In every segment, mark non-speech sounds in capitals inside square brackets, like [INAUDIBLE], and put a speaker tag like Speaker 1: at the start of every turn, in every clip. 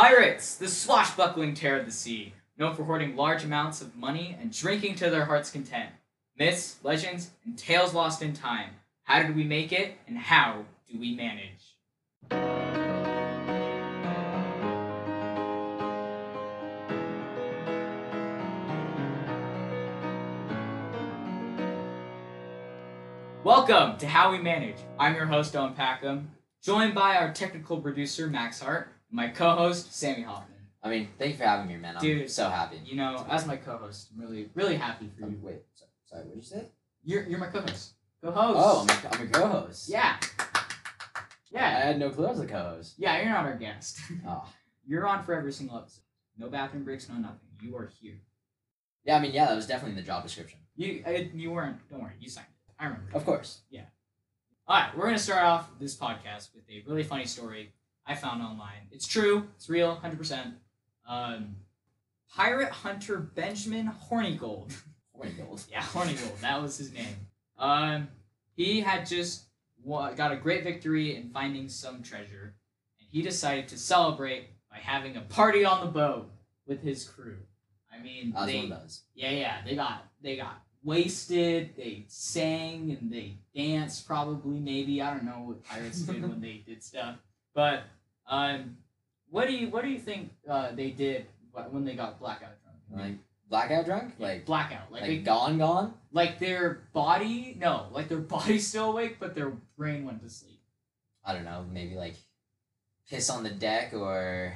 Speaker 1: Pirates, the swashbuckling terror of the sea, known for hoarding large amounts of money and drinking to their heart's content. Myths, legends, and tales lost in time. How did we make it, and how do we manage? Welcome to How We Manage. I'm your host, Owen Packham, joined by our technical producer, Max Hart, and my co host, Sammy Hoffman.
Speaker 2: I mean, thank you for having me, man. I'm
Speaker 1: Dude.
Speaker 2: so happy.
Speaker 1: You know, as my co host, I'm really, really happy for you.
Speaker 2: Um, wait, so- sorry, what did you say?
Speaker 1: You're, you're my co host. Co host.
Speaker 2: Oh, I'm a, I'm a co-host.
Speaker 1: Yeah.
Speaker 2: I
Speaker 1: Yeah.
Speaker 2: had no clue I was a co-host.
Speaker 1: Yeah, you're not our guest. [LAUGHS]
Speaker 2: Oh.
Speaker 1: You're on for every single episode. No bathroom breaks, no nothing. You are here.
Speaker 2: Yeah, I mean, yeah, that was definitely in the job description.
Speaker 1: You I, you weren't. Don't worry. You signed it. I remember.
Speaker 2: Of course.
Speaker 1: All right, we're gonna start off this podcast with a really funny story I found online. It's true. It's real. Hundred percent. Um, pirate hunter Benjamin Hornigold. [LAUGHS]
Speaker 2: We're in gold.
Speaker 1: Yeah,
Speaker 2: [LAUGHS]
Speaker 1: Hornigold. That was his name. Um, he had just wa- got a great victory in finding some treasure, and he decided to celebrate by having a party on the boat with his crew. I mean,
Speaker 2: As
Speaker 1: they,
Speaker 2: one does.
Speaker 1: yeah, yeah, they got they got wasted. They sang and they danced. Probably, maybe I don't know what pirates did when they did stuff. But um, what do you what do you think uh, they did wh- when they got blackout drunk?
Speaker 2: Like, blackout drunk? Mm, Like,
Speaker 1: blackout, like
Speaker 2: like,
Speaker 1: they,
Speaker 2: gone, gone?
Speaker 1: like their body no, like their [LAUGHS] body's still awake, but their brain went to sleep.
Speaker 2: I don't know, maybe like piss on the deck or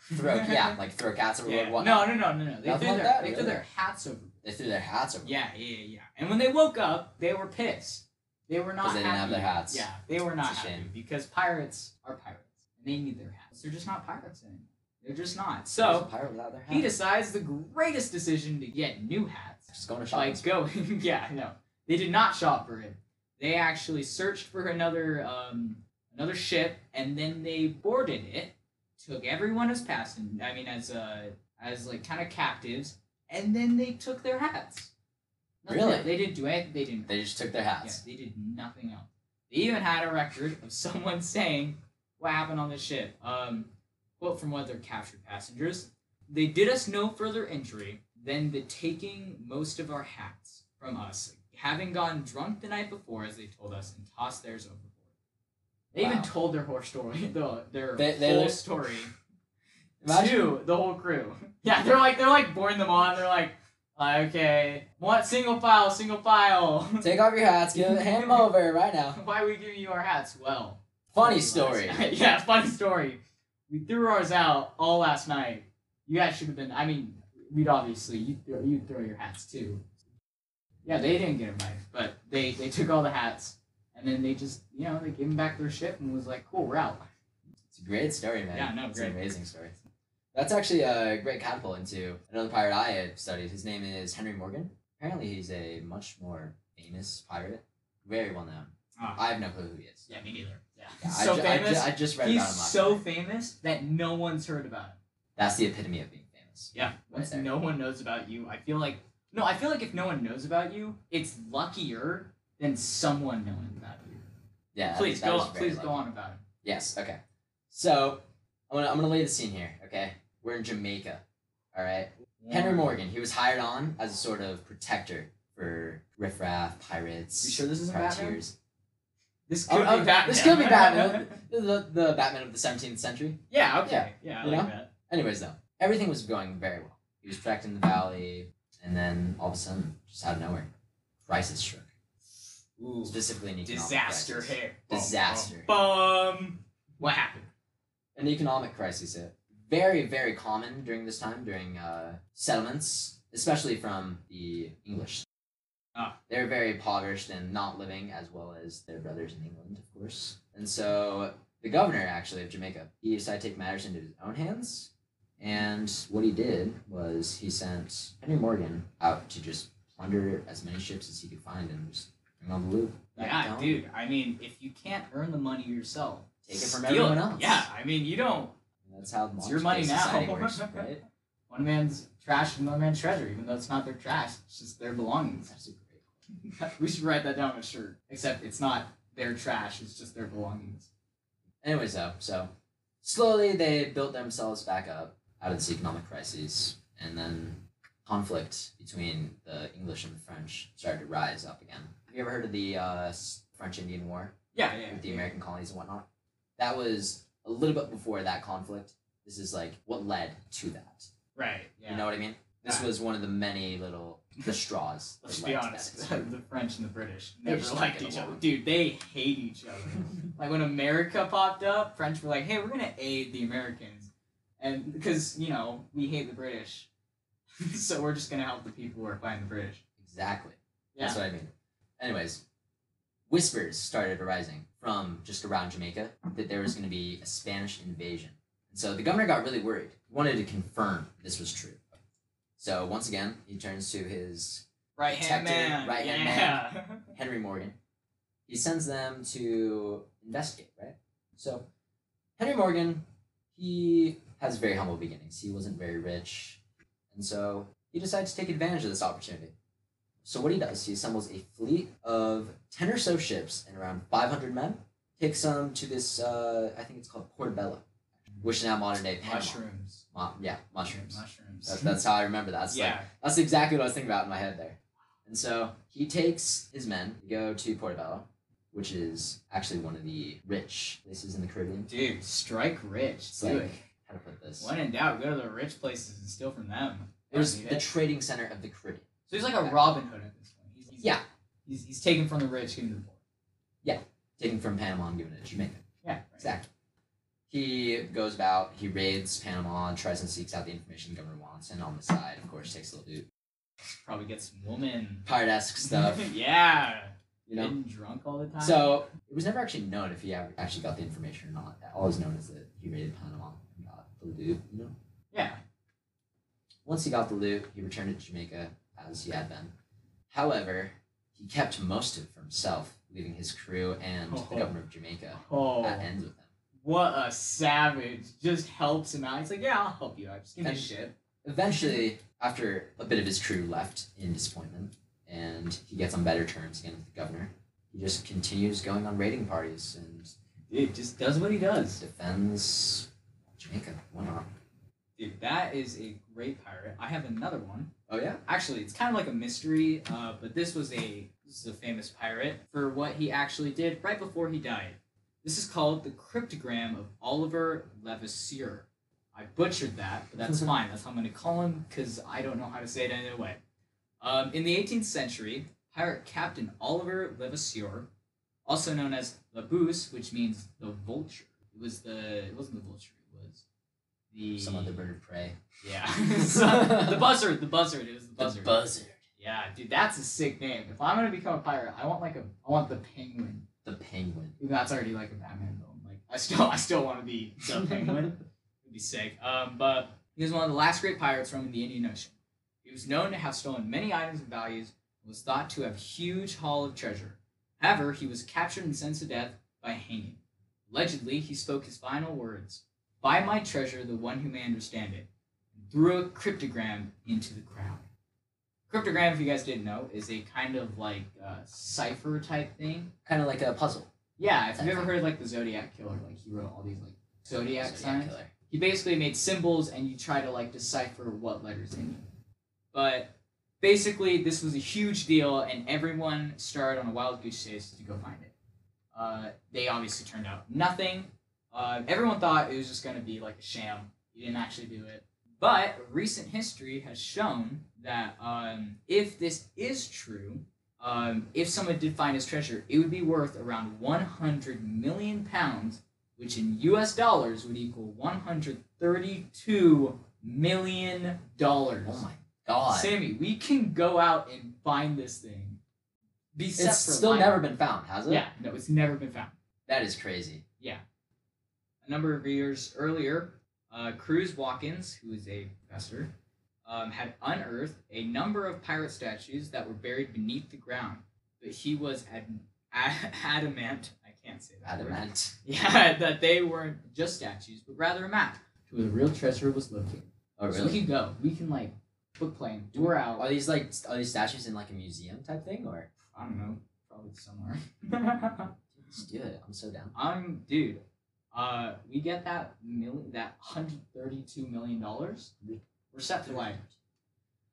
Speaker 1: [LAUGHS]
Speaker 2: throw, yeah, like throw cats overboard.
Speaker 1: yeah. No,
Speaker 2: whatnot.
Speaker 1: no, no, no, no. They
Speaker 2: Nothing
Speaker 1: threw
Speaker 2: like
Speaker 1: their
Speaker 2: that,
Speaker 1: they threw
Speaker 2: really?
Speaker 1: their hats over.
Speaker 2: They threw their hats overboard.
Speaker 1: Yeah, yeah, yeah. And when they woke up, they were pissed. They were not.
Speaker 2: Because they didn't have
Speaker 1: happy.
Speaker 2: their hats.
Speaker 1: Yeah, they were not
Speaker 2: It's a
Speaker 1: happy
Speaker 2: shame.
Speaker 1: because pirates are pirates. And they need their hats. They're just not pirates anymore. They're just not.
Speaker 2: There's a
Speaker 1: So
Speaker 2: pirate without their hat.
Speaker 1: he decides the greatest decision to get new hats.
Speaker 2: Just going to shop.
Speaker 1: Like going, [LAUGHS] yeah, no, they did not shop for it. They actually searched for another um, another ship, and then they boarded it, took everyone as passengers. I mean, as uh, as like kind of captives, and then they took their hats. Nothing-
Speaker 2: Really?
Speaker 1: They didn't do anything. They didn't.
Speaker 2: they just took their
Speaker 1: Yeah,
Speaker 2: hats.
Speaker 1: they did nothing else. They even had a record of [LAUGHS] someone saying what happened on the ship. Um, quote from one of their captured passengers: "They did us no further injury than the taking most of our hats from us, having gone drunk the night before, as they told us, and tossed theirs overboard." They even
Speaker 2: Wow.
Speaker 1: told their horror story, [LAUGHS] the, their
Speaker 2: They- they
Speaker 1: whole
Speaker 2: lit-
Speaker 1: story
Speaker 2: Imagine-
Speaker 1: to the whole crew. [LAUGHS] Yeah, they're like they're like boring them on. They're like, uh, okay, what single file, single file. [LAUGHS]
Speaker 2: Take off your hats, give hand them over right now.
Speaker 1: Why are we giving you our hats? Well, [LAUGHS]
Speaker 2: Funny
Speaker 1: last
Speaker 2: story.
Speaker 1: night- yeah, funny story. We threw ours out all last night. You guys should have been. I mean, we'd obviously you throw, you'd throw your hats too. Yeah, they didn't get invited, but they they took all the hats and then they just you know they gave them back their ship and was like, cool, we're out.
Speaker 2: It's a great story, man.
Speaker 1: Yeah, no,
Speaker 2: it's
Speaker 1: great.
Speaker 2: an amazing story. That's actually a great catapult into another pirate I had studied. His name is Henry Morgan. Apparently, he's a much more famous pirate, very well known.
Speaker 1: Ah.
Speaker 2: I have no clue who he is.
Speaker 1: Yeah, me neither. Yeah,
Speaker 2: Yeah,
Speaker 1: so
Speaker 2: I, ju- I ju-
Speaker 1: famous.
Speaker 2: I just read
Speaker 1: He's
Speaker 2: about him. Last
Speaker 1: so
Speaker 2: night.
Speaker 1: famous that no one's heard about him.
Speaker 2: That's the epitome of being famous.
Speaker 1: Yeah, once
Speaker 2: there.
Speaker 1: no one knows about you, I feel like no, I feel like if no one knows about you, it's luckier than someone knowing about you.
Speaker 2: Yeah. that-
Speaker 1: please
Speaker 2: that
Speaker 1: go,
Speaker 2: was
Speaker 1: on,
Speaker 2: very
Speaker 1: please go
Speaker 2: lucky.
Speaker 1: on about it.
Speaker 2: Yes. Okay. So I'm gonna I'm gonna lay the scene here. Okay. We're in Jamaica. All right. Henry Morgan. He was hired on as a sort of protector for riffraff pirates.
Speaker 1: You sure this isn't Batman?
Speaker 2: Privateers.
Speaker 1: This could
Speaker 2: Oh,
Speaker 1: be
Speaker 2: oh,
Speaker 1: Batman.
Speaker 2: This could be Batman. the, the, the Batman of the 17th century.
Speaker 1: [LAUGHS] yeah. Okay. Yeah, I
Speaker 2: You
Speaker 1: like
Speaker 2: know?
Speaker 1: that.
Speaker 2: Anyways, though, everything was going very well. He was protecting the valley, and then all of a sudden, just out of nowhere, crisis struck.
Speaker 1: Ooh.
Speaker 2: Specifically, an economic
Speaker 1: Disaster
Speaker 2: crisis.
Speaker 1: hit.
Speaker 2: Disaster.
Speaker 1: Bum, bum. What happened?
Speaker 2: An economic crisis hit. Very, very common during this time, during uh, settlements, especially from the English.
Speaker 1: Ah.
Speaker 2: They were very impoverished and not living as well as their brothers in England, of course. And so the governor, actually, of Jamaica, he decided to take matters into his own hands. And what he did was he sent Henry Morgan out to just plunder as many ships as he could find and just bring all the loot. back
Speaker 1: Yeah,
Speaker 2: down,
Speaker 1: dude. I mean, if you can't earn the money yourself,
Speaker 2: Take it from
Speaker 1: steal
Speaker 2: everyone else.
Speaker 1: Yeah. I mean, you don't.
Speaker 2: And that's how
Speaker 1: It's your money
Speaker 2: modern-day
Speaker 1: now.
Speaker 2: society works, right?
Speaker 1: [LAUGHS] One man's trash and another man's treasure, even though it's not their trash. It's just their belongings.
Speaker 2: That's a great
Speaker 1: [LAUGHS] we should write that down on a shirt. Except it's not their trash, it's just their belongings.
Speaker 2: Anyways, though, so slowly they built themselves back up out of this economic crisis, and then conflict between the English and the French started to rise up again. Have you ever heard of the uh, s- French-Indian War
Speaker 1: Yeah, yeah.
Speaker 2: with the American colonies and whatnot? That was a little bit before that conflict. This is like what led to that.
Speaker 1: Right. Yeah.
Speaker 2: You know what I mean? This
Speaker 1: Yeah.
Speaker 2: was one of the many little the straws.
Speaker 1: [LAUGHS]
Speaker 2: that
Speaker 1: Let's
Speaker 2: led
Speaker 1: be
Speaker 2: to that [LAUGHS]
Speaker 1: honest.
Speaker 2: situation.
Speaker 1: the French and the British
Speaker 2: They
Speaker 1: never
Speaker 2: just don't
Speaker 1: liked
Speaker 2: get
Speaker 1: each other.
Speaker 2: along.
Speaker 1: Dude, they hate each other. like when America popped up, French were like, "Hey, we're gonna aid the Americans," and because you know we hate the British, [LAUGHS] so we're just gonna help the people who are fighting the British.
Speaker 2: Exactly.
Speaker 1: Yeah.
Speaker 2: That's what I mean. Anyways, whispers started arising from just around Jamaica that there was going to be a Spanish invasion. And so the governor got really worried. He wanted to confirm this was true. So once again, he turns to his
Speaker 1: Right hand
Speaker 2: Protected,
Speaker 1: man.
Speaker 2: right-hand
Speaker 1: yeah.
Speaker 2: Henry Morgan. He sends them to investigate, right? So Henry Morgan, he has very humble beginnings. He wasn't very rich. And so he decides to take advantage of this opportunity. So what he does, he assembles a fleet of 10 or so ships and around 500 men, takes them to this, uh, I think it's called Portobello, which is now modern day
Speaker 1: [LAUGHS]
Speaker 2: Panama.
Speaker 1: mushrooms.
Speaker 2: Mo- yeah, mushrooms.
Speaker 1: Mushrooms.
Speaker 2: That, that's how I remember that. It's like-
Speaker 1: yeah.
Speaker 2: that's exactly what I was thinking about in my head there. And so he takes his men to go to Portobello, which is actually one of the rich places in the Caribbean.
Speaker 1: Dude, strike rich.
Speaker 2: It's
Speaker 1: Do
Speaker 2: like,
Speaker 1: it.
Speaker 2: how to put this?
Speaker 1: When in doubt, go to the rich places and steal from them.
Speaker 2: It was
Speaker 1: They
Speaker 2: the
Speaker 1: don't need it.
Speaker 2: trading center of the Caribbean.
Speaker 1: so he's like a Robin Hood at this point. He's, he's,
Speaker 2: Yeah.
Speaker 1: He's, he's taking from the rich, giving to the poor.
Speaker 2: Taken from Panama and given it to Jamaica.
Speaker 1: Yeah. right.
Speaker 2: Exactly. He goes about, he raids Panama and tries and seeks out the information the government wants, and on the side, of course, takes a little bit
Speaker 1: Probably get some [LAUGHS] woman
Speaker 2: pirate esque stuff,
Speaker 1: [LAUGHS] yeah.
Speaker 2: you know?
Speaker 1: Getting drunk all the time.
Speaker 2: So it was never actually known if he ever actually got the information or not. All is known is that he raided Panama and got the loot, you know?
Speaker 1: yeah.
Speaker 2: Once he got the loot, he returned to Jamaica as he had been. However, he kept most of it for himself, leaving his crew and the
Speaker 1: Oh.
Speaker 2: governor of Jamaica
Speaker 1: Oh,
Speaker 2: at ends with him.
Speaker 1: what a savage! Just helps him out. He's like, yeah, I'll help you. out. Just give me
Speaker 2: And-
Speaker 1: shit.
Speaker 2: Eventually, after a bit of his crew left in disappointment, and he gets on better terms again with the governor, he just continues going on raiding parties and
Speaker 1: Dude, just does what he does.
Speaker 2: defends Jamaica. Why not?
Speaker 1: Dude, that is a great pirate. I have another one.
Speaker 2: Oh yeah,
Speaker 1: actually it's kind of like a mystery uh, but this was a this is a famous pirate for what he actually did right before he died this is called the cryptogram of oliver levasseur i butchered that but that's fine that's how i'm going to call him because i don't know how to say it any other way um, in the 18th century pirate captain oliver levasseur also known as labousse which means the vulture it was the it wasn't the vulture it was the
Speaker 2: some other bird of prey.
Speaker 1: yeah [LAUGHS] the buzzard the buzzard it was the buzzard
Speaker 2: buzzard.
Speaker 1: yeah, dude, that's a sick name. If I'm gonna become a pirate, I want like a I want the penguin.
Speaker 2: The penguin.
Speaker 1: Even though That's already like a Batman film. Like I still I still want to be the penguin. It'd be sick. Um, but he was one of the last great pirates from the Indian Ocean. He was known to have stolen many items of values and was thought to have huge haul of treasure. However, he was captured and sentenced to death by hanging. Allegedly, he spoke his final words: "Buy my treasure, the one who may understand it," and threw a cryptogram into the crowd. Cryptogram, if you guys didn't know, is a kind of like uh, cipher type thing.
Speaker 2: Kind of like a puzzle.
Speaker 1: Yeah, if you've ever heard like the Zodiac Killer, like he wrote all these like Zodiac
Speaker 2: Zodiac
Speaker 1: signs.
Speaker 2: killer.
Speaker 1: He basically made symbols and you try to like decipher what letters they mean. But basically, this was a huge deal, and everyone started on a wild goose chase to go find it. Uh, they obviously turned out nothing. Uh, everyone thought it was just going to be like a sham. You didn't actually do it. But recent history has shown that um, if this is true, um, if someone did find his treasure, it would be worth around 100 million pounds, which in US dollars would equal 132 million dollars.
Speaker 2: Oh my god.
Speaker 1: Sammy, we can go out and find this thing. Be set
Speaker 2: it's
Speaker 1: for
Speaker 2: still
Speaker 1: life.
Speaker 2: never been found, has it?
Speaker 1: Yeah, no, it's never been found.
Speaker 2: That is crazy.
Speaker 1: A number of years earlier, uh, Cruz Watkins, who is a professor, um, had unearthed a number of pirate statues that were buried beneath the ground, but he was ad- ad- adamant. I can't say that. word.
Speaker 2: Adamant.
Speaker 1: [LAUGHS] Yeah, that they weren't just statues, but rather a map to where the real treasure was located.
Speaker 2: Oh
Speaker 1: So we
Speaker 2: really?
Speaker 1: can go. We can like book plane. We're out.
Speaker 2: Are these like st- are these statues in like a museum type thing or?
Speaker 1: I don't know. Probably somewhere. [LAUGHS]
Speaker 2: Let's do it. I'm so down.
Speaker 1: I'm dude. Uh, we get that million, that hundred thirty-two million dollars. We're set to like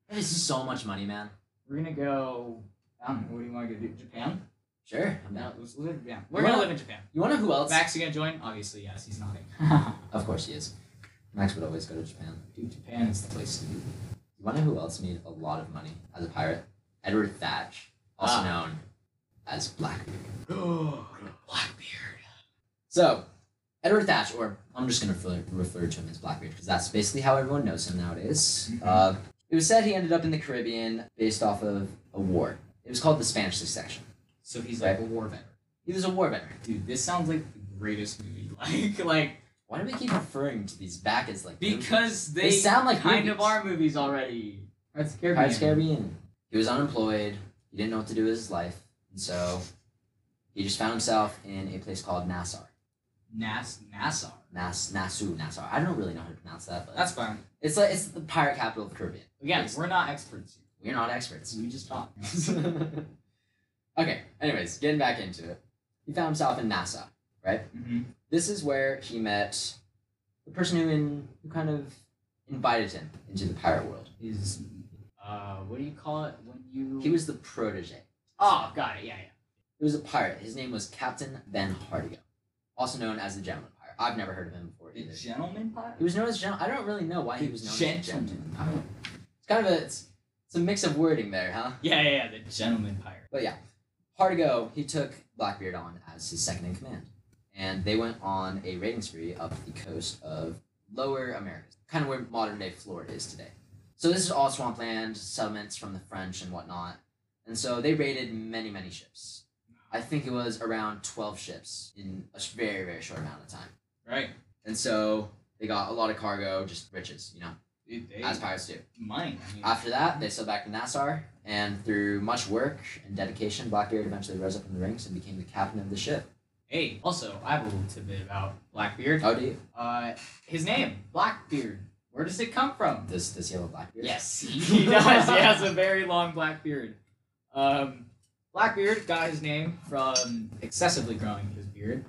Speaker 2: That is so much money, man.
Speaker 1: we're gonna go. I don't know. What do you want to go do? Japan?
Speaker 2: Sure. I'm down.
Speaker 1: No, let's live in Japan.
Speaker 2: We're
Speaker 1: We're gonna
Speaker 2: not-
Speaker 1: live in Japan.
Speaker 2: You wanna know who else?
Speaker 1: Max, you gonna join? Obviously, yes. He's nodding. [LAUGHS]
Speaker 2: Of course he is. Max would always go to Japan.
Speaker 1: Dude, Japan is the place to be.
Speaker 2: You wanna know who else made a lot of money as a pirate? Edward Thatch, also
Speaker 1: Ah.
Speaker 2: known as Blackbeard.
Speaker 1: Blackbeard.
Speaker 2: So, Edward Thatch, or I'm just going to refer, refer to him as Blackbeard because that's basically how everyone knows him nowadays.
Speaker 1: Mhm.
Speaker 2: Uh, it was said he ended up in the Caribbean based off of a war. It was called the Spanish Succession.
Speaker 1: So he's like a war veteran.
Speaker 2: He was a war veteran.
Speaker 1: Dude, this sounds like the greatest movie. [LAUGHS] Like, like
Speaker 2: Why do we keep referring to these back as like movies?
Speaker 1: because they,
Speaker 2: they sound like
Speaker 1: kind
Speaker 2: movies.
Speaker 1: of are movies already. That's scary.
Speaker 2: Pirates of the Caribbean? He was unemployed. He didn't know what to do with his life, and so he just found himself in a place called Nassau.
Speaker 1: Nas Nassau.
Speaker 2: Nass Nassau Nassau. I don't really know how to pronounce that, but
Speaker 1: That's fine.
Speaker 2: it's like it's the pirate capital of the Caribbean.
Speaker 1: Again,
Speaker 2: Yes.
Speaker 1: we're not experts. here.
Speaker 2: We're not experts.
Speaker 1: We just Mm-hmm. talk. [LAUGHS]
Speaker 2: [LAUGHS] okay, anyways, getting back into it. He found himself in Nassau.
Speaker 1: hmm
Speaker 2: This is where he met the person who, in, who kind of invited him into the pirate world.
Speaker 1: Is uh, what do you call it when you?
Speaker 2: He was the protege.
Speaker 1: Oh, got it. Yeah, yeah.
Speaker 2: He was a pirate. His name was Captain Ben Hardigo, also known as the Gentleman Pirate. I've never heard of him before
Speaker 1: The
Speaker 2: either.
Speaker 1: gentleman pirate.
Speaker 2: He was known as Gen. I don't really know why he was known
Speaker 1: gentleman.
Speaker 2: as Gentleman Pirate. It's kind of a it's, it's a mix of wording there, huh?
Speaker 1: Yeah, yeah, yeah. The gentleman pirate.
Speaker 2: But yeah, Hardigo, he took Blackbeard on as his second in command. And they went on a raiding spree up the coast of Lower America, kind of where modern day Florida is today. So this is all swampland, settlements from the French and whatnot. And so they raided many, many ships. I think it was around 12 ships in a sh- very, very short amount of time.
Speaker 1: Right.
Speaker 2: And so they got a lot of cargo, just riches, you know,
Speaker 1: Dude, they
Speaker 2: as pirates do.
Speaker 1: money. I mean,
Speaker 2: After that, they sailed back to Nassau, and through much work and dedication, Blackbeard eventually rose up in the ranks and became the captain of the ship.
Speaker 1: hey, also, I have a little tidbit about Blackbeard.
Speaker 2: How do you?
Speaker 1: Uh, his name, Blackbeard. Where does it come from?
Speaker 2: Does, does he have a black beard?
Speaker 1: Yes, [LAUGHS] he does. he has [LAUGHS] a very long black beard. Um, Blackbeard got his name from excessively growing his beard.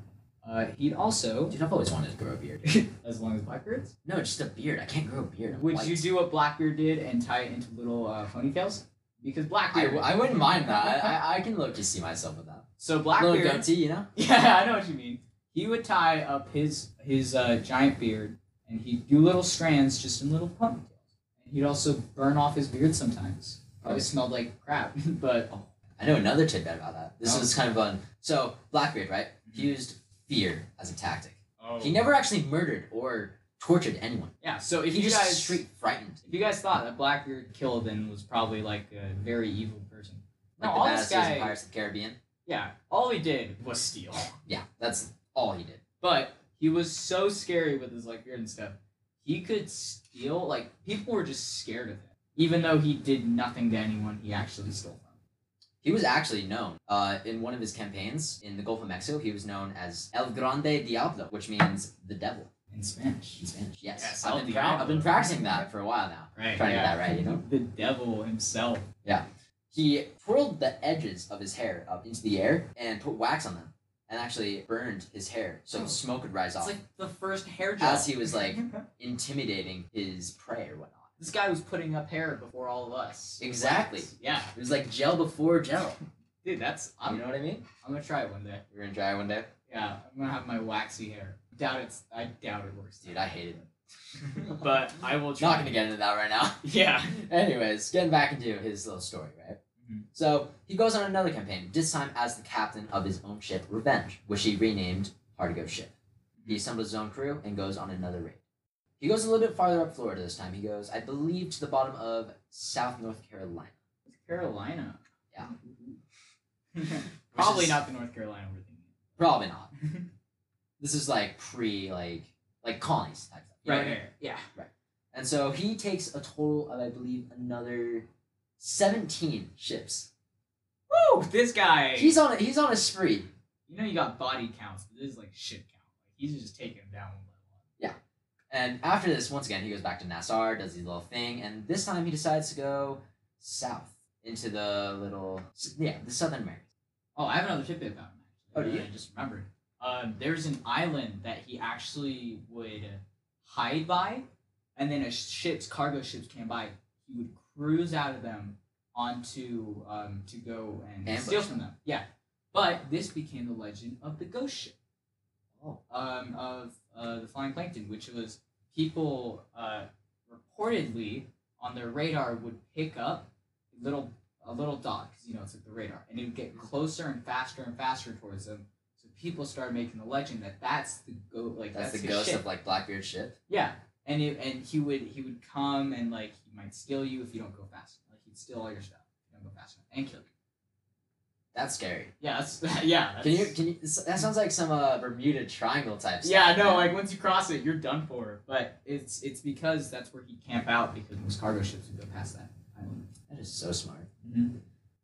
Speaker 1: Uh, he'd also,
Speaker 2: Dude, I've always wanted to grow a beard.
Speaker 1: as long as Blackbeard's,
Speaker 2: No, just a beard. I can't grow a beard. I'm
Speaker 1: would
Speaker 2: white.
Speaker 1: you do what Blackbeard did and tie it into little uh, ponytails? Because
Speaker 2: I,
Speaker 1: Blackbeard.
Speaker 2: w- I wouldn't mind that. I, I, I can look to see myself with that.
Speaker 1: so
Speaker 2: Little
Speaker 1: Blackbeard.
Speaker 2: goatee, you know?
Speaker 1: [LAUGHS] Yeah, I know what you mean. He would tie up his his uh, giant beard and he'd do little strands just in little ponytails. And he'd also burn off his beard sometimes. Probably
Speaker 2: Oh.
Speaker 1: smelled like crap, [LAUGHS] but
Speaker 2: I know another tidbit about that. This
Speaker 1: Oh. Mm-hmm.
Speaker 2: was kind of fun. So, Blackbeard, right? He used fear as a tactic.
Speaker 1: Oh.
Speaker 2: He never actually murdered or tortured anyone.
Speaker 1: yeah. So if
Speaker 2: he
Speaker 1: you
Speaker 2: just
Speaker 1: guys,
Speaker 2: straight frightened.
Speaker 1: if you guys thought that Blackbeard killed and was probably like a very evil person, no,
Speaker 2: Like
Speaker 1: all
Speaker 2: the
Speaker 1: this
Speaker 2: badass guy...
Speaker 1: guy,
Speaker 2: Pirates of the Caribbean.
Speaker 1: yeah, all he did was steal.
Speaker 2: Yeah, that's all he did.
Speaker 1: But he was so scary with his like beard and stuff. He could steal. Like people were just scared of him, even though he did nothing to anyone. He actually stole from.
Speaker 2: He was actually known uh, in one of his campaigns in the Gulf of Mexico. He was known as El Grande Diablo, which means the devil
Speaker 1: in Spanish.
Speaker 2: in Spanish. Yes,
Speaker 1: Yes, El
Speaker 2: I've, been
Speaker 1: Diablo.
Speaker 2: I've been practicing that for a while now,
Speaker 1: Right.
Speaker 2: trying to get that right. You know,
Speaker 1: The devil himself.
Speaker 2: he twirled the edges of his hair up into the air and put wax on them, and actually burned his hair so
Speaker 1: Oh.
Speaker 2: smoke would rise
Speaker 1: It's
Speaker 2: off,
Speaker 1: like the first hair job.
Speaker 2: as he was like intimidating his prey or whatnot.
Speaker 1: this guy was putting up hair before all of us.
Speaker 2: Exactly.
Speaker 1: Yeah.
Speaker 2: It was like gel before gel.
Speaker 1: Dude, that's
Speaker 2: You
Speaker 1: I'm,
Speaker 2: know what I mean?
Speaker 1: I'm gonna try it one day.
Speaker 2: You're gonna try it one day,
Speaker 1: Yeah, I'm gonna have my waxy hair. Doubt it's I doubt it works.
Speaker 2: dude. I
Speaker 1: [LAUGHS]
Speaker 2: hated it.
Speaker 1: but I will try.
Speaker 2: not gonna get into that right now.
Speaker 1: [LAUGHS] Yeah.
Speaker 2: Anyways, getting back into his little story, right?
Speaker 1: Mhm.
Speaker 2: So he goes on another campaign, this time as the captain of his own ship, Revenge, which he renamed Hardigo Ship. He assembles his own crew and goes on another raid. He goes a little bit farther up Florida this time. He goes, I believe, to the bottom of South North Carolina.
Speaker 1: Carolina. [LAUGHS]
Speaker 2: Yeah. which
Speaker 1: Probably
Speaker 2: is-
Speaker 1: not the North Carolina we're thinking.
Speaker 2: Probably not. This is like pre, like, like colonies type stuff.
Speaker 1: [LAUGHS]
Speaker 2: you know what I mean?
Speaker 1: Yeah.
Speaker 2: And so he takes a total of, I believe, another 17 ships.
Speaker 1: Woo! This guy.
Speaker 2: He's on a, he's on a spree.
Speaker 1: you know you got body counts, but this is like ship count. Like he's just taking him down one by one.
Speaker 2: And after this, once again, he goes back to Nassau, does his little thing, and this time he decides to go south into the little yeah the Southern Americas.
Speaker 1: Oh, I have another tidbit about him.
Speaker 2: Oh, do
Speaker 1: actually.
Speaker 2: you?
Speaker 1: I just remembered. Um, there's an island that he actually would hide by, and then as ships, cargo ships came by, he would cruise out of them onto um, to go and
Speaker 2: Ambush
Speaker 1: steal from them. Yeah, but this became the legend of the ghost ship
Speaker 2: Oh.
Speaker 1: um, of uh, the flying plankton, which was people uh, reportedly on their radar would pick up little a little dot because you know it's like the radar, and it would get closer and faster and faster towards them. So people started making the legend that that's the go like
Speaker 2: That's,
Speaker 1: that's,
Speaker 2: the ghost
Speaker 1: ship.
Speaker 2: of like Blackbeard's ship.
Speaker 1: yeah. And it, and he would he would come and like he might steal you if you don't go fast enough. Like he'd steal all your stuff if you don't go fast enough and kill you.
Speaker 2: That's scary.
Speaker 1: Yeah, that's [LAUGHS] yeah. That's,
Speaker 2: Can you? Can you? That sounds like some uh, Bermuda Triangle type.
Speaker 1: [LAUGHS]
Speaker 2: Stuff,
Speaker 1: Yeah, no,
Speaker 2: man.
Speaker 1: like once you cross it, you're done for. But it's it's because that's where he camp out because most cargo ships would go past that island.
Speaker 2: that is so smart.
Speaker 1: Mhm.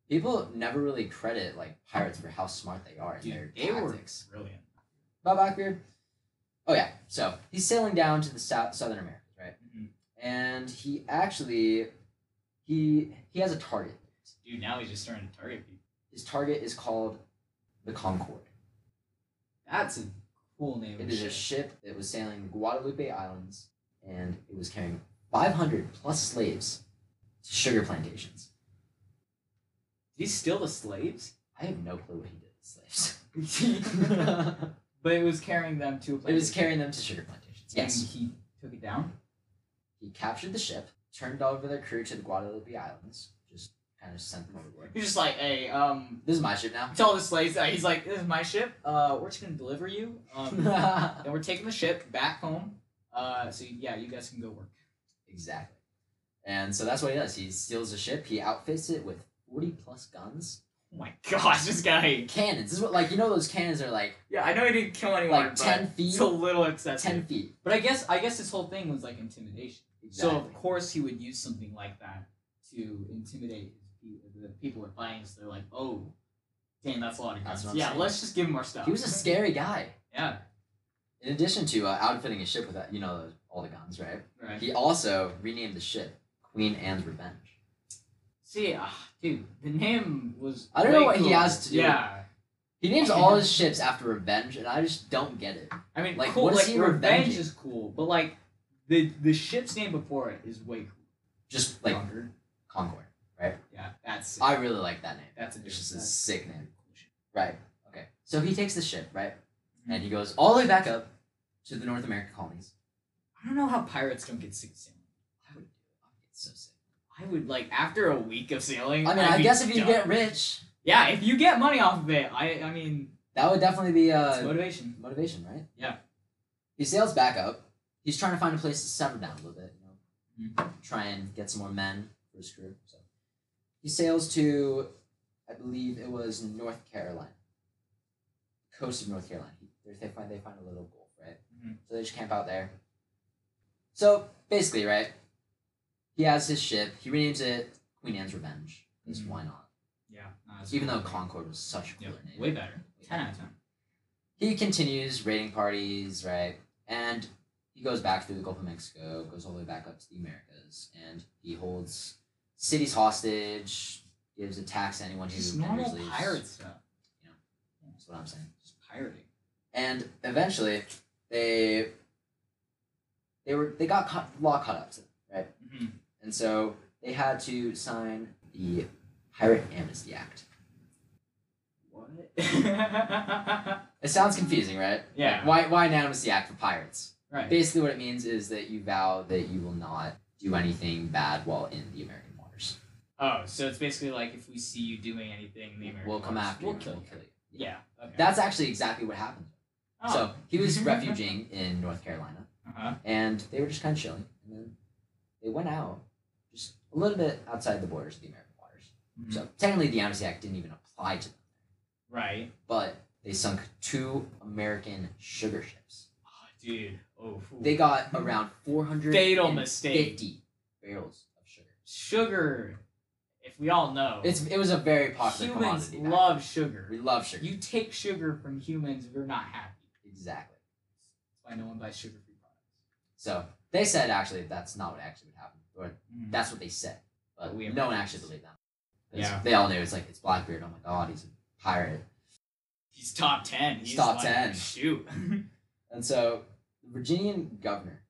Speaker 2: People never really credit like pirates for how smart they are in
Speaker 1: Dude,
Speaker 2: their
Speaker 1: they were
Speaker 2: tactics.
Speaker 1: brilliant.
Speaker 2: Bob Blackbeard. Oh yeah, so he's sailing down to the south, southern America, right?
Speaker 1: Mhm.
Speaker 2: And he actually, he he has a target.
Speaker 1: Dude, now he's just starting to target people.
Speaker 2: His target is called the Concorde.
Speaker 1: That's a cool name.
Speaker 2: It
Speaker 1: of
Speaker 2: is a ship that was sailing the Guadalupe Islands, and it was carrying 500 plus slaves to sugar plantations.
Speaker 1: Did he steal the [LAUGHS] slaves?
Speaker 2: I have no clue what he did with slaves.
Speaker 1: but it was carrying them to a
Speaker 2: it
Speaker 1: place.
Speaker 2: was carrying them to sugar plantations. Yes.
Speaker 1: And he took it down.
Speaker 2: He captured the ship, turned over their crew to the Guadalupe Islands, just kind of sent them overboard.
Speaker 1: He's just like, hey, um,
Speaker 2: This is my ship now.
Speaker 1: tell the slaves. Uh, he's like, this is my ship. Uh, we're just gonna deliver you. [LAUGHS] Um,
Speaker 2: [LAUGHS] exactly.
Speaker 1: and we're taking the ship back home. Uh, so yeah, you guys can go work.
Speaker 2: And so that's what he does. He steals the ship, he outfits it with 40 plus guns.
Speaker 1: Oh my gosh, this guy.
Speaker 2: Cannons. This is what, like, you know, those cannons are like,
Speaker 1: Yeah, I know he didn't kill anyone,
Speaker 2: like
Speaker 1: but
Speaker 2: 10 feet.
Speaker 1: it's a little excessive.
Speaker 2: 10 feet.
Speaker 1: But I guess I guess his whole thing was like intimidation. So of
Speaker 2: Exactly.
Speaker 1: course he would use something like that to intimidate his pe- the people who are buying. So they're like, oh, damn, that's a lot of
Speaker 2: That's
Speaker 1: guns.
Speaker 2: what I'm
Speaker 1: Yeah,
Speaker 2: saying.
Speaker 1: let's just give him our stuff.
Speaker 2: He was a scary guy.
Speaker 1: yeah,
Speaker 2: In addition to uh, outfitting his ship with, uh, you know, those- all the guns, right?
Speaker 1: right.
Speaker 2: He also renamed the ship Queen Anne's Revenge.
Speaker 1: See, ah, dude, the name was.
Speaker 2: I don't know
Speaker 1: way
Speaker 2: what he
Speaker 1: cool.
Speaker 2: has to do.
Speaker 1: Yeah,
Speaker 2: He names all his ships after revenge, and I just don't get it.
Speaker 1: I mean,
Speaker 2: Like,
Speaker 1: cool.
Speaker 2: what is
Speaker 1: like
Speaker 2: he
Speaker 1: revenge
Speaker 2: revenging?
Speaker 1: is cool, but like the the ship's name before it is way
Speaker 2: Just
Speaker 1: cooler.
Speaker 2: like Concord.
Speaker 1: yeah, that's sick.
Speaker 2: I really like that name.
Speaker 1: that's a
Speaker 2: It's just a
Speaker 1: different-
Speaker 2: sick name.
Speaker 1: that's-
Speaker 2: Right. Okay. So he takes the ship, right?
Speaker 1: Mhm.
Speaker 2: And he goes all the way back up to the North American colonies.
Speaker 1: I don't know how pirates don't get sick of sailing.
Speaker 2: I would I would get so sick.
Speaker 1: I would like after a week of sailing.
Speaker 2: I mean,
Speaker 1: I'd
Speaker 2: I
Speaker 1: be
Speaker 2: guess if you
Speaker 1: done.
Speaker 2: get rich,
Speaker 1: yeah, if you get money off of it, I I mean
Speaker 2: that would definitely be
Speaker 1: it's
Speaker 2: uh,
Speaker 1: motivation.
Speaker 2: motivation, right?
Speaker 1: Yeah.
Speaker 2: He sails back up. He's trying to find a place to settle down a little bit, you know,
Speaker 1: Mm-hmm.
Speaker 2: try and get some more men for his crew. So he sails to, I believe it was North Carolina, coast of North Carolina. He- They find they find a little gulf, right?
Speaker 1: Mhm.
Speaker 2: So they just camp out there. So basically, right? He has his ship. He renames it Queen Anne's Revenge. Because
Speaker 1: Mhm.
Speaker 2: why not?
Speaker 1: Yeah, nah, it's
Speaker 2: Even though
Speaker 1: cool.
Speaker 2: Concord was such a
Speaker 1: yeah,
Speaker 2: cooler name
Speaker 1: way better. Ten out of ten.
Speaker 2: he continues raiding parties, right? And he goes back through the Gulf of Mexico, goes all the way back up to the Americas, and he holds cities hostage, gives attacks to anyone who
Speaker 1: Just
Speaker 2: enters
Speaker 1: normal
Speaker 2: leaves.
Speaker 1: pirate stuff.
Speaker 2: That's what I'm saying.
Speaker 1: Just pirating.
Speaker 2: And eventually, they they were they got caught, law caught up to them, right?
Speaker 1: hmm
Speaker 2: And so they had to sign the Pirate Amnesty Act.
Speaker 1: What? [LAUGHS]
Speaker 2: It sounds confusing, right?
Speaker 1: Yeah.
Speaker 2: Like, why why an amnesty act for pirates?
Speaker 1: right.
Speaker 2: Basically, what it means is that you vow that you will not do anything bad while in the American waters.
Speaker 1: Oh, so it's basically like if we see you doing anything, in the American
Speaker 2: we'll come
Speaker 1: waters,
Speaker 2: after
Speaker 1: we'll
Speaker 2: you.
Speaker 1: Kill
Speaker 2: and
Speaker 1: you.
Speaker 2: We'll kill you.
Speaker 1: Yeah. Okay.
Speaker 2: That's actually exactly what happened.
Speaker 1: oh.
Speaker 2: So he
Speaker 1: [LAUGHS]
Speaker 2: was refuging in North Carolina,
Speaker 1: Uh-huh.
Speaker 2: and they were just kind of chilling. And then they went out just a little bit outside the borders of the American waters.
Speaker 1: Mhm.
Speaker 2: So technically, the Amnesty Act didn't even apply to them,
Speaker 1: Right.
Speaker 2: but they sunk two American sugar ships.
Speaker 1: Oh, dude. Oh. fool.
Speaker 2: They got around 450
Speaker 1: Fatal mistake.
Speaker 2: barrels of sugar.
Speaker 1: Sugar. If we all know.
Speaker 2: It's, it was a very popular
Speaker 1: humans
Speaker 2: commodity. back then.
Speaker 1: love sugar.
Speaker 2: We love sugar.
Speaker 1: You take sugar from humans, we're not happy.
Speaker 2: exactly.
Speaker 1: That's why no one buys sugar free products.
Speaker 2: So they said actually that's not what actually would happen, or
Speaker 1: Mm.
Speaker 2: that's what they said, but
Speaker 1: But we
Speaker 2: no one
Speaker 1: Americans.
Speaker 2: actually believed them. 'Cause
Speaker 1: Yeah.
Speaker 2: They all knew it's like it's Blackbeard. Oh my god, he's a pirate.
Speaker 1: He's top ten.
Speaker 2: He's top
Speaker 1: like, [LAUGHS]
Speaker 2: 10.
Speaker 1: Shoot.
Speaker 2: And so the Virginian governor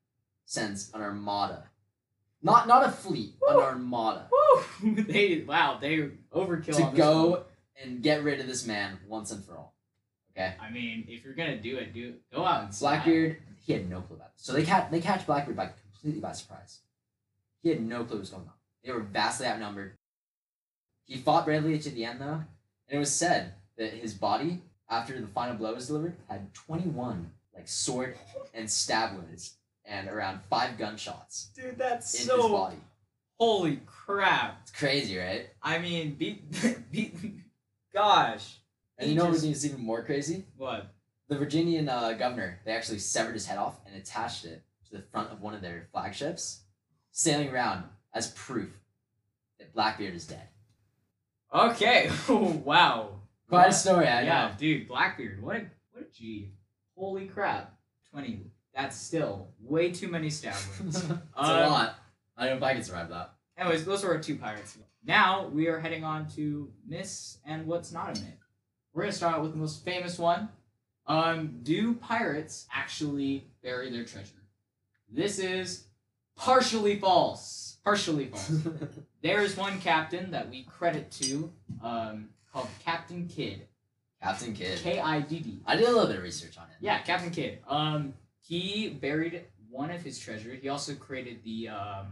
Speaker 2: sends an armada. Not not a fleet, an
Speaker 1: Woo!
Speaker 2: armada.
Speaker 1: Woo! [LAUGHS] They wow, they overkill.
Speaker 2: To
Speaker 1: on this one.
Speaker 2: go and get rid of this man once and for all. Okay?
Speaker 1: I mean, if you're gonna do it, do it. go out and slap.
Speaker 2: Blackbeard, he had no clue about this. So they catch they catch Blackbeard by completely by surprise. He had no clue what was going on. They were vastly outnumbered. He fought bravely to the end though, and it was said that his body, after the final blow was delivered, had twenty one like sword and stab wounds and around five gunshots
Speaker 1: Dude, that's
Speaker 2: in his
Speaker 1: so
Speaker 2: body.
Speaker 1: holy crap.
Speaker 2: It's crazy, right?
Speaker 1: I mean, beat, [LAUGHS] beat, gosh,
Speaker 2: And
Speaker 1: He
Speaker 2: you know what
Speaker 1: just-
Speaker 2: was even more crazy?
Speaker 1: what?
Speaker 2: The Virginian uh, governor, they actually severed his head off and attached it to the front of one of their flagships, sailing around as proof that Blackbeard is dead.
Speaker 1: Okay, [LAUGHS] wow.
Speaker 2: Quite
Speaker 1: What-
Speaker 2: a story, I
Speaker 1: yeah,
Speaker 2: know.
Speaker 1: dude, Blackbeard, what? A, what a G. Holy crap, twenty. That's still way too many stab [LAUGHS]
Speaker 2: [LAUGHS] it's
Speaker 1: wounds.
Speaker 2: a
Speaker 1: Um,
Speaker 2: lot. I don't know if I can survive that.
Speaker 1: Anyways, those were our two pirates. Now we are heading on to Miss and What's Not in It. We're gonna start out with the most famous one. Um, do pirates actually bury their treasure? This is partially false. Partially
Speaker 2: [LAUGHS]
Speaker 1: false. there is one captain that we credit to, um, called Captain Kidd.
Speaker 2: Captain Kidd.
Speaker 1: K I D D.
Speaker 2: I did a little bit of research on it.
Speaker 1: Yeah, Captain Kidd. Um, he buried one of his treasures. He also created the um,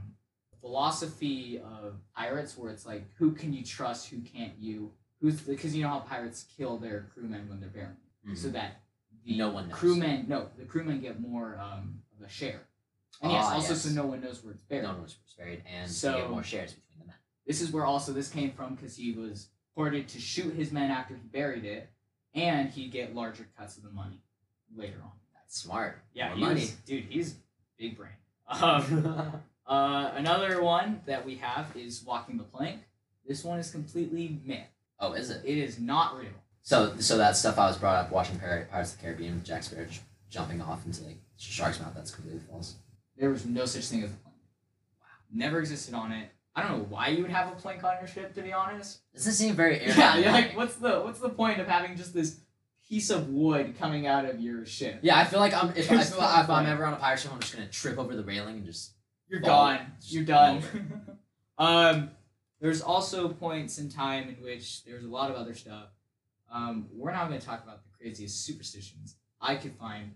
Speaker 1: philosophy of pirates, where it's like, who can you trust? Who can't you? Who's because you know how pirates kill their crewmen when they're burying,
Speaker 2: Mhm.
Speaker 1: so that the
Speaker 2: No one knows.
Speaker 1: crewmen no the crewmen get more um, of a share. And yes,
Speaker 2: Ah,
Speaker 1: also
Speaker 2: yes.
Speaker 1: so no one knows where it's buried.
Speaker 2: no one was buried, and
Speaker 1: So-
Speaker 2: you get more shares between the men.
Speaker 1: This is where also this came from because he was ordered to shoot his men after he buried it, and he'd get larger cuts of the money later on.
Speaker 2: That's smart.
Speaker 1: Yeah,
Speaker 2: more
Speaker 1: he
Speaker 2: money.
Speaker 1: was- dude, he's big brain. Um, uh, another one that we have is Walking the Plank. This one is completely myth.
Speaker 2: [LAUGHS] oh, is it?
Speaker 1: It is not real.
Speaker 2: So, so that stuff I was brought up watching Pir- Pirates of the Caribbean, Jack Sparrow j- jumping off into like shark's mouth. That's completely false.
Speaker 1: There was no such thing as a plank. Wow. Never existed on it. I don't know why you would have a plank on your ship, to be honest.
Speaker 2: Doesn't seem
Speaker 1: [LAUGHS]
Speaker 2: very
Speaker 1: Yeah,
Speaker 2: aerodynamic.
Speaker 1: you're like, what's the what's the point of having just this piece of wood coming out of your ship?
Speaker 2: Yeah, I feel like I'm if, I
Speaker 1: There's
Speaker 2: feel
Speaker 1: no
Speaker 2: like if I'm
Speaker 1: point.
Speaker 2: ever on a pirate ship, I'm just gonna trip over the railing and just
Speaker 1: You're
Speaker 2: Fall.
Speaker 1: gone. You're done. [LAUGHS] um, there's also points in time in which there's a lot of other stuff. Um, we're not going to talk about the craziest superstitions I could find.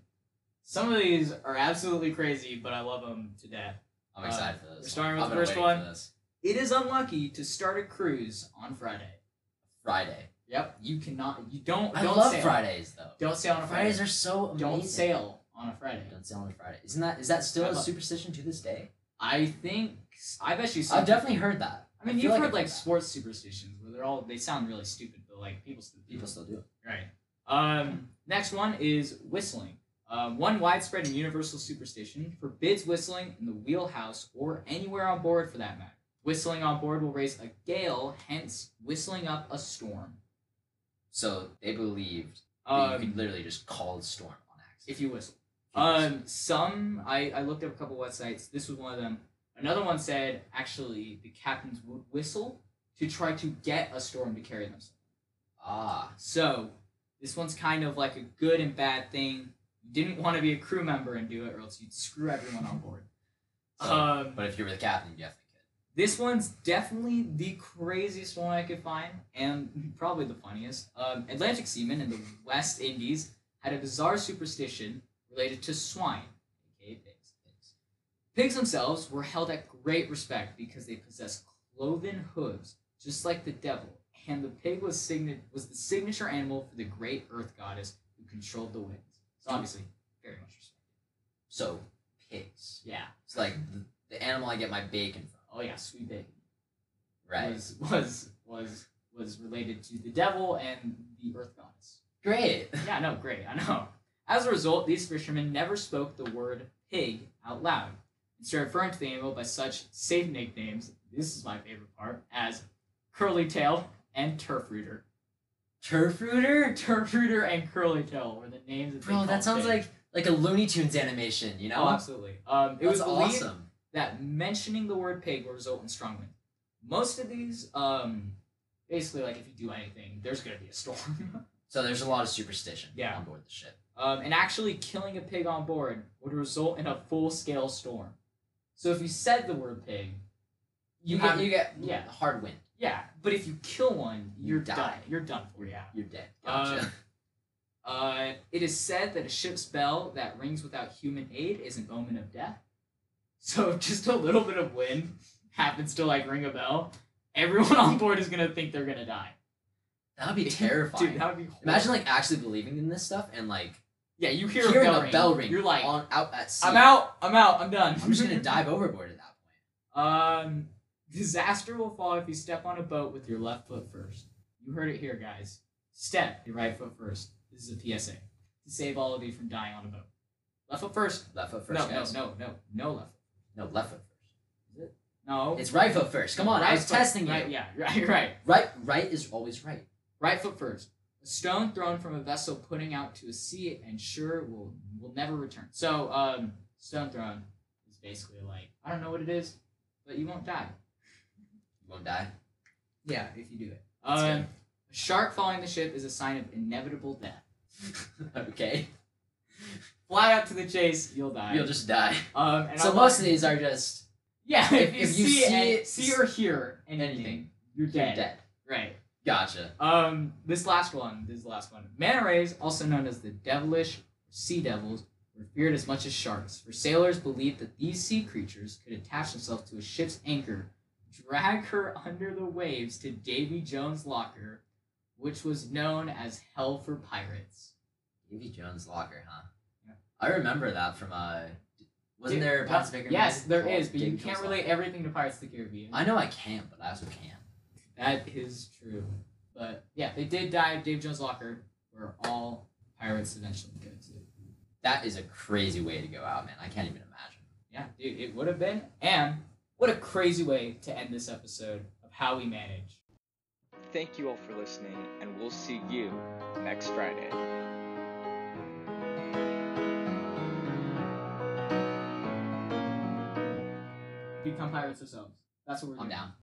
Speaker 1: Some of these are absolutely crazy, but I love them to death.
Speaker 2: I'm
Speaker 1: Uh,
Speaker 2: excited for this.
Speaker 1: we're starting with
Speaker 2: I've
Speaker 1: the
Speaker 2: been
Speaker 1: first
Speaker 2: waiting for
Speaker 1: one.
Speaker 2: this.
Speaker 1: It is unlucky to start a cruise on Friday.
Speaker 2: Friday.
Speaker 1: Yep, you cannot. You don't.
Speaker 2: I
Speaker 1: don't
Speaker 2: love
Speaker 1: sail.
Speaker 2: Fridays though.
Speaker 1: Don't sail on a Friday.
Speaker 2: Fridays are so amazing.
Speaker 1: Don't sail on a Friday.
Speaker 2: Don't sail on a Friday. Isn't that is that still
Speaker 1: I
Speaker 2: a
Speaker 1: love-
Speaker 2: superstition to this day?
Speaker 1: I think. I bet you. some
Speaker 2: I've definitely heard that.
Speaker 1: I mean,
Speaker 2: feel
Speaker 1: you've
Speaker 2: like
Speaker 1: heard
Speaker 2: I've
Speaker 1: like
Speaker 2: that.
Speaker 1: sports superstitions where they're all they sound really stupid, but like people still do.
Speaker 2: people still do it.
Speaker 1: Right. Um, next one is whistling. Um, one widespread and universal superstition forbids whistling in the wheelhouse or anywhere on board for that matter. Whistling on board will raise a gale, hence whistling up a storm.
Speaker 2: So they believed that you could
Speaker 1: Um,
Speaker 2: literally just call a storm on accident.
Speaker 1: if you whistle. Um, some I, I looked up a couple websites. This was one of them. Another one said actually the captains would whistle to try to get a storm to carry themselves.
Speaker 2: ah,
Speaker 1: So this one's kind of like a good and bad thing. You didn't want to be a crew member and do it, or else you'd screw everyone on board.
Speaker 2: So,
Speaker 1: Um,
Speaker 2: but if you were the captain, you definitely could.
Speaker 1: this one's definitely the craziest one I could find, and probably the funniest. Um, Atlantic seamen in the West Indies had a bizarre superstition related to swine, aka pigs. Pigs themselves were held at great respect because they possessed cloven hooves, just like the devil, and the pig was signa- was the signature animal for the great earth goddess who controlled the winds. So obviously, very much respect.
Speaker 2: So pigs.
Speaker 1: Yeah.
Speaker 2: It's like the, the animal I get my bacon from.
Speaker 1: Oh yeah, sweet pig.
Speaker 2: Right.
Speaker 1: was was was was related to the devil and the earth
Speaker 2: [LAUGHS]
Speaker 1: goddess.
Speaker 2: Great.
Speaker 1: Yeah, no, great, I know. As a result, these fishermen never spoke the word pig out loud. Instead, referring to the animal by such safe nicknames, this is my favorite part, as curly tail and turf rooter. [LAUGHS]
Speaker 2: Turf rooter.
Speaker 1: Turf rooter and curly tail were the names that they
Speaker 2: Bro,
Speaker 1: called
Speaker 2: that sounds
Speaker 1: pigs.
Speaker 2: like like a Looney Tunes animation, you know?
Speaker 1: Oh, absolutely. Um, it was
Speaker 2: That's
Speaker 1: believed
Speaker 2: awesome.
Speaker 1: that mentioning the word pig will result in strong wind. Most of these, um, basically, like if you do anything, there's gonna be a storm. [LAUGHS]
Speaker 2: So there's a lot of superstition
Speaker 1: Yeah.
Speaker 2: on board the ship.
Speaker 1: um, and actually killing a pig on board would result in a full-scale storm. So if you said the word pig,
Speaker 2: You
Speaker 1: have-
Speaker 2: get you get
Speaker 1: yeah.
Speaker 2: hard wind.
Speaker 1: yeah, but if you kill one,
Speaker 2: You
Speaker 1: you're
Speaker 2: die.
Speaker 1: done. You're done for. Yeah.
Speaker 2: You're dead.
Speaker 1: Um,
Speaker 2: Gotcha. [LAUGHS]
Speaker 1: Uh, it is said that a ship's bell that rings without human aid is an omen of death. So if just a little bit of wind happens to like ring a bell, everyone on board is gonna think they're gonna die.
Speaker 2: that would be terrifying.
Speaker 1: Dude, that would be horrible.
Speaker 2: Imagine like actually believing in this stuff and like
Speaker 1: yeah, you hear
Speaker 2: hearing
Speaker 1: a bell, ring, You're like,
Speaker 2: on out at sea.
Speaker 1: I'm out, I'm out, I'm done.
Speaker 2: I'm just
Speaker 1: [LAUGHS]
Speaker 2: gonna dive overboard at that point.
Speaker 1: Um, disaster will fall if you step on a boat with your left foot first. You heard it here, guys. Step your right foot first. This is a PSA to save all of you from dying on a boat. Left foot first.
Speaker 2: Left foot
Speaker 1: no,
Speaker 2: first, guys.
Speaker 1: no, no, no, no left. foot.
Speaker 2: no, left foot first.
Speaker 1: No.
Speaker 2: It's right foot first. Come on, I
Speaker 1: Right
Speaker 2: was
Speaker 1: foot-
Speaker 2: testing
Speaker 1: right,
Speaker 2: you.
Speaker 1: Yeah, [LAUGHS] right, right.
Speaker 2: Right, right is always right.
Speaker 1: Right foot first. A stone thrown from a vessel putting out to a sea and sure will will never return. So, um, stone thrown is basically like I don't know what it is, but you won't die.
Speaker 2: You won't die. [LAUGHS]
Speaker 1: Yeah, if you do it.
Speaker 2: That's
Speaker 1: Um, a shark falling the ship is a sign of inevitable death.
Speaker 2: okay,
Speaker 1: Fly up to the chase, you'll die.
Speaker 2: you'll just die.
Speaker 1: um, and
Speaker 2: So
Speaker 1: I'll-
Speaker 2: most of these are just
Speaker 1: [LAUGHS] yeah, if, you,
Speaker 2: if you
Speaker 1: see,
Speaker 2: see
Speaker 1: and-
Speaker 2: it-
Speaker 1: see or hear anything,
Speaker 2: Anything.
Speaker 1: you're
Speaker 2: you're
Speaker 1: dead.
Speaker 2: dead.
Speaker 1: Right.
Speaker 2: Gotcha.
Speaker 1: Um, this last one, this last one. Manta rays, also known as the devilish sea devils, were feared as much as sharks, for sailors believed that these sea creatures could attach themselves to a ship's anchor, drag her under the waves to Davy Jones' locker, which was known as hell for pirates.
Speaker 2: Davy Jones locker, huh?
Speaker 1: Yeah.
Speaker 2: I remember that from uh, wasn't
Speaker 1: Dude,
Speaker 2: there a Pirates of the Caribbean
Speaker 1: Yes,
Speaker 2: movie
Speaker 1: there
Speaker 2: called
Speaker 1: is, but you
Speaker 2: Davy
Speaker 1: can't
Speaker 2: Jones'
Speaker 1: relate
Speaker 2: Locker?
Speaker 1: everything to Pirates of the Caribbean.
Speaker 2: I know I can, but I also can't.
Speaker 1: That is true. But yeah, they did die at Dave Jones' locker, where all pirates eventually go to.
Speaker 2: That is a crazy way to go out, man. I can't even imagine.
Speaker 1: Yeah, dude, it would have been. And what a crazy way to end this episode of How We Manage.
Speaker 3: Thank you all for listening, and we'll see you next Friday.
Speaker 1: Become pirates ourselves. That's what we're doing.
Speaker 2: I'm down.